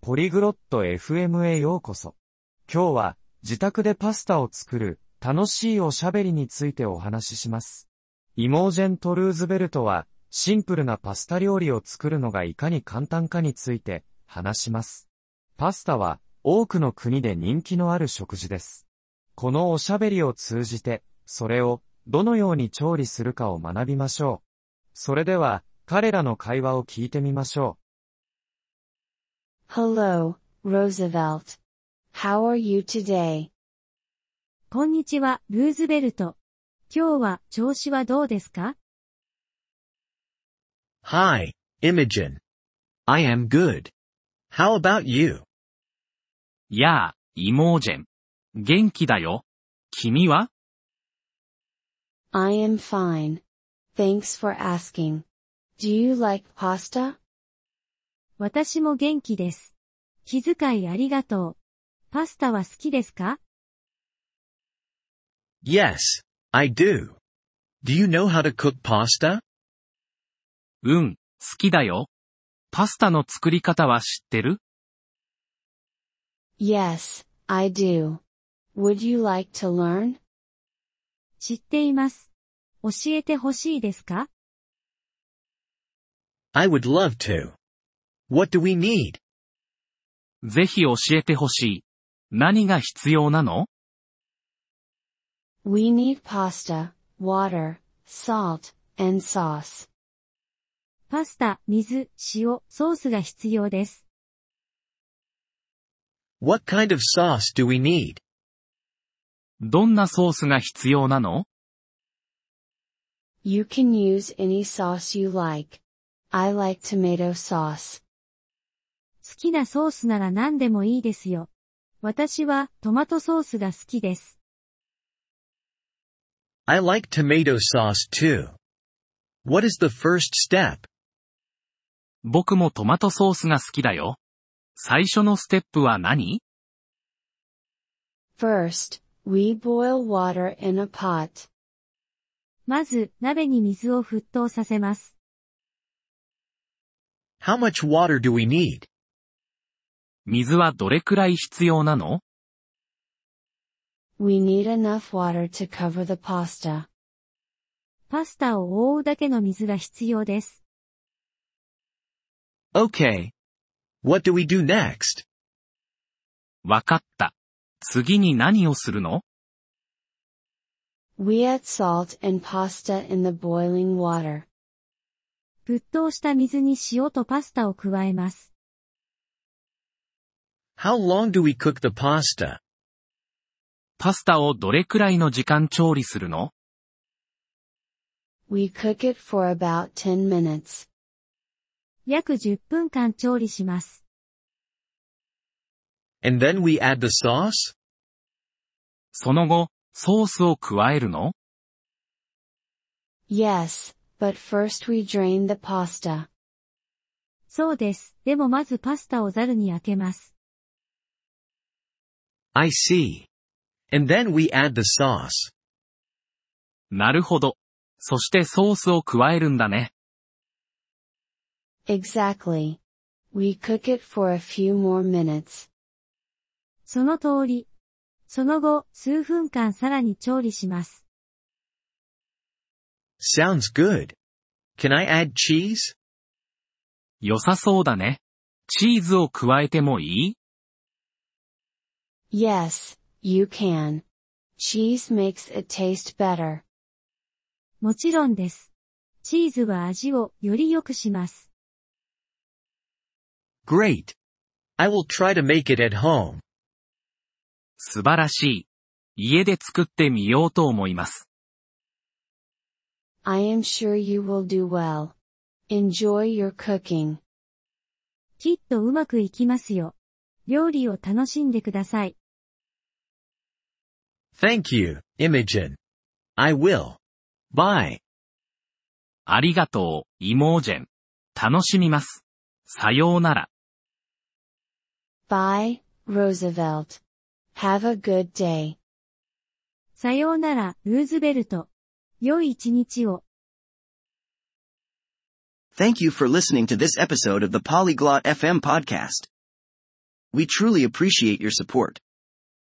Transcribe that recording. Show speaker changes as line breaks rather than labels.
ポリグロット FM へようこそ。今日は自宅でパスタを作る楽しいおしゃべりについてお話しします。イモージェン・トルーズベルトはシンプルなパスタ料理を作るのがいかに簡単かについて話します。パスタは多くの国で人気のある食事です。このおしゃべりを通じて、それをどのように調理するかを学びましょう。それでは彼らの会話を聞いてみましょう。
Hello, Roosevelt. How are you today?
こんにちは、ルーズベルト。今日は調子はどうですか
Hi, Imogen. I am good. How about you?
やあ、イモージェン。元気だよ。君は
I am fine. Thanks for asking. Do you like pasta?
私も元気です。気遣いありがとう。パスタは好きですか
Yes, I do. Do you know how to cook pasta?
うん、好きだよ。パスタの作り方は知ってる
Yes, I do. Would you like to learn?
知っています。教えてほしいですか
I would love to. What do we need?
ぜひ教えてほしい。何が必要なの
We need pasta, water, salt, and sauce.
パスタ、水、塩、ソースが必要です。
What kind of sauce do we need?
どんなソースが必要なの
You can use any sauce you like. I like tomato sauce.
好きなソースなら何でもいいですよ。私はトマトソースが好きです。
I like tomato sauce too. What is the first step?
僕もトマトソースが好きだよ。最初のステップは何
First, we boil water in a pot.
まず、鍋に水を沸騰させます。
How much water do we need?
水はどれくらい必要なの
We need enough water to cover the pasta.
パスタを覆うだけの水が必要です。
Okay. What do we do next?
わかった。次に何をするの
We add salt and pasta in the boiling water.
沸騰した水に塩とパスタを加えます。
How long do we cook the pasta?
パスタをどれくらいの時間調理するの
We cook it for about 10 minutes.
約10分間調理します。
And then we add the sauce?
その後、ソースを加えるの
Yes, but first we drain the pasta.
そうです。でもまずパスタをザルにあけます。
I see. And then we add the sauce.
なるほど。そしてソースを加えるんだね。
Exactly. We cook it for a few more minutes.
その通り。その後、数分間さらに調理します。
Sounds good. Can I add cheese?
良さそうだね。チーズを加えてもいい
Yes, you can. Cheese makes it taste better.
もちろんです。チーズは味をより良くします。
Great. I will try to make it at home.
素晴らしい。家で作ってみようと思います。
I am sure you will do well. Enjoy your cooking.
きっとうまくいきますよ。料理を楽しんでください。
Thank you, Imogen. I will. Bye.
ありがとう、イモージェン。楽しみます。さようなら。
Bye, Roosevelt. Have a good day.
さようなら、ルーズベルト。良い一日を。
Thank you for listening to this episode of the Polyglot FM podcast.
We truly appreciate your support.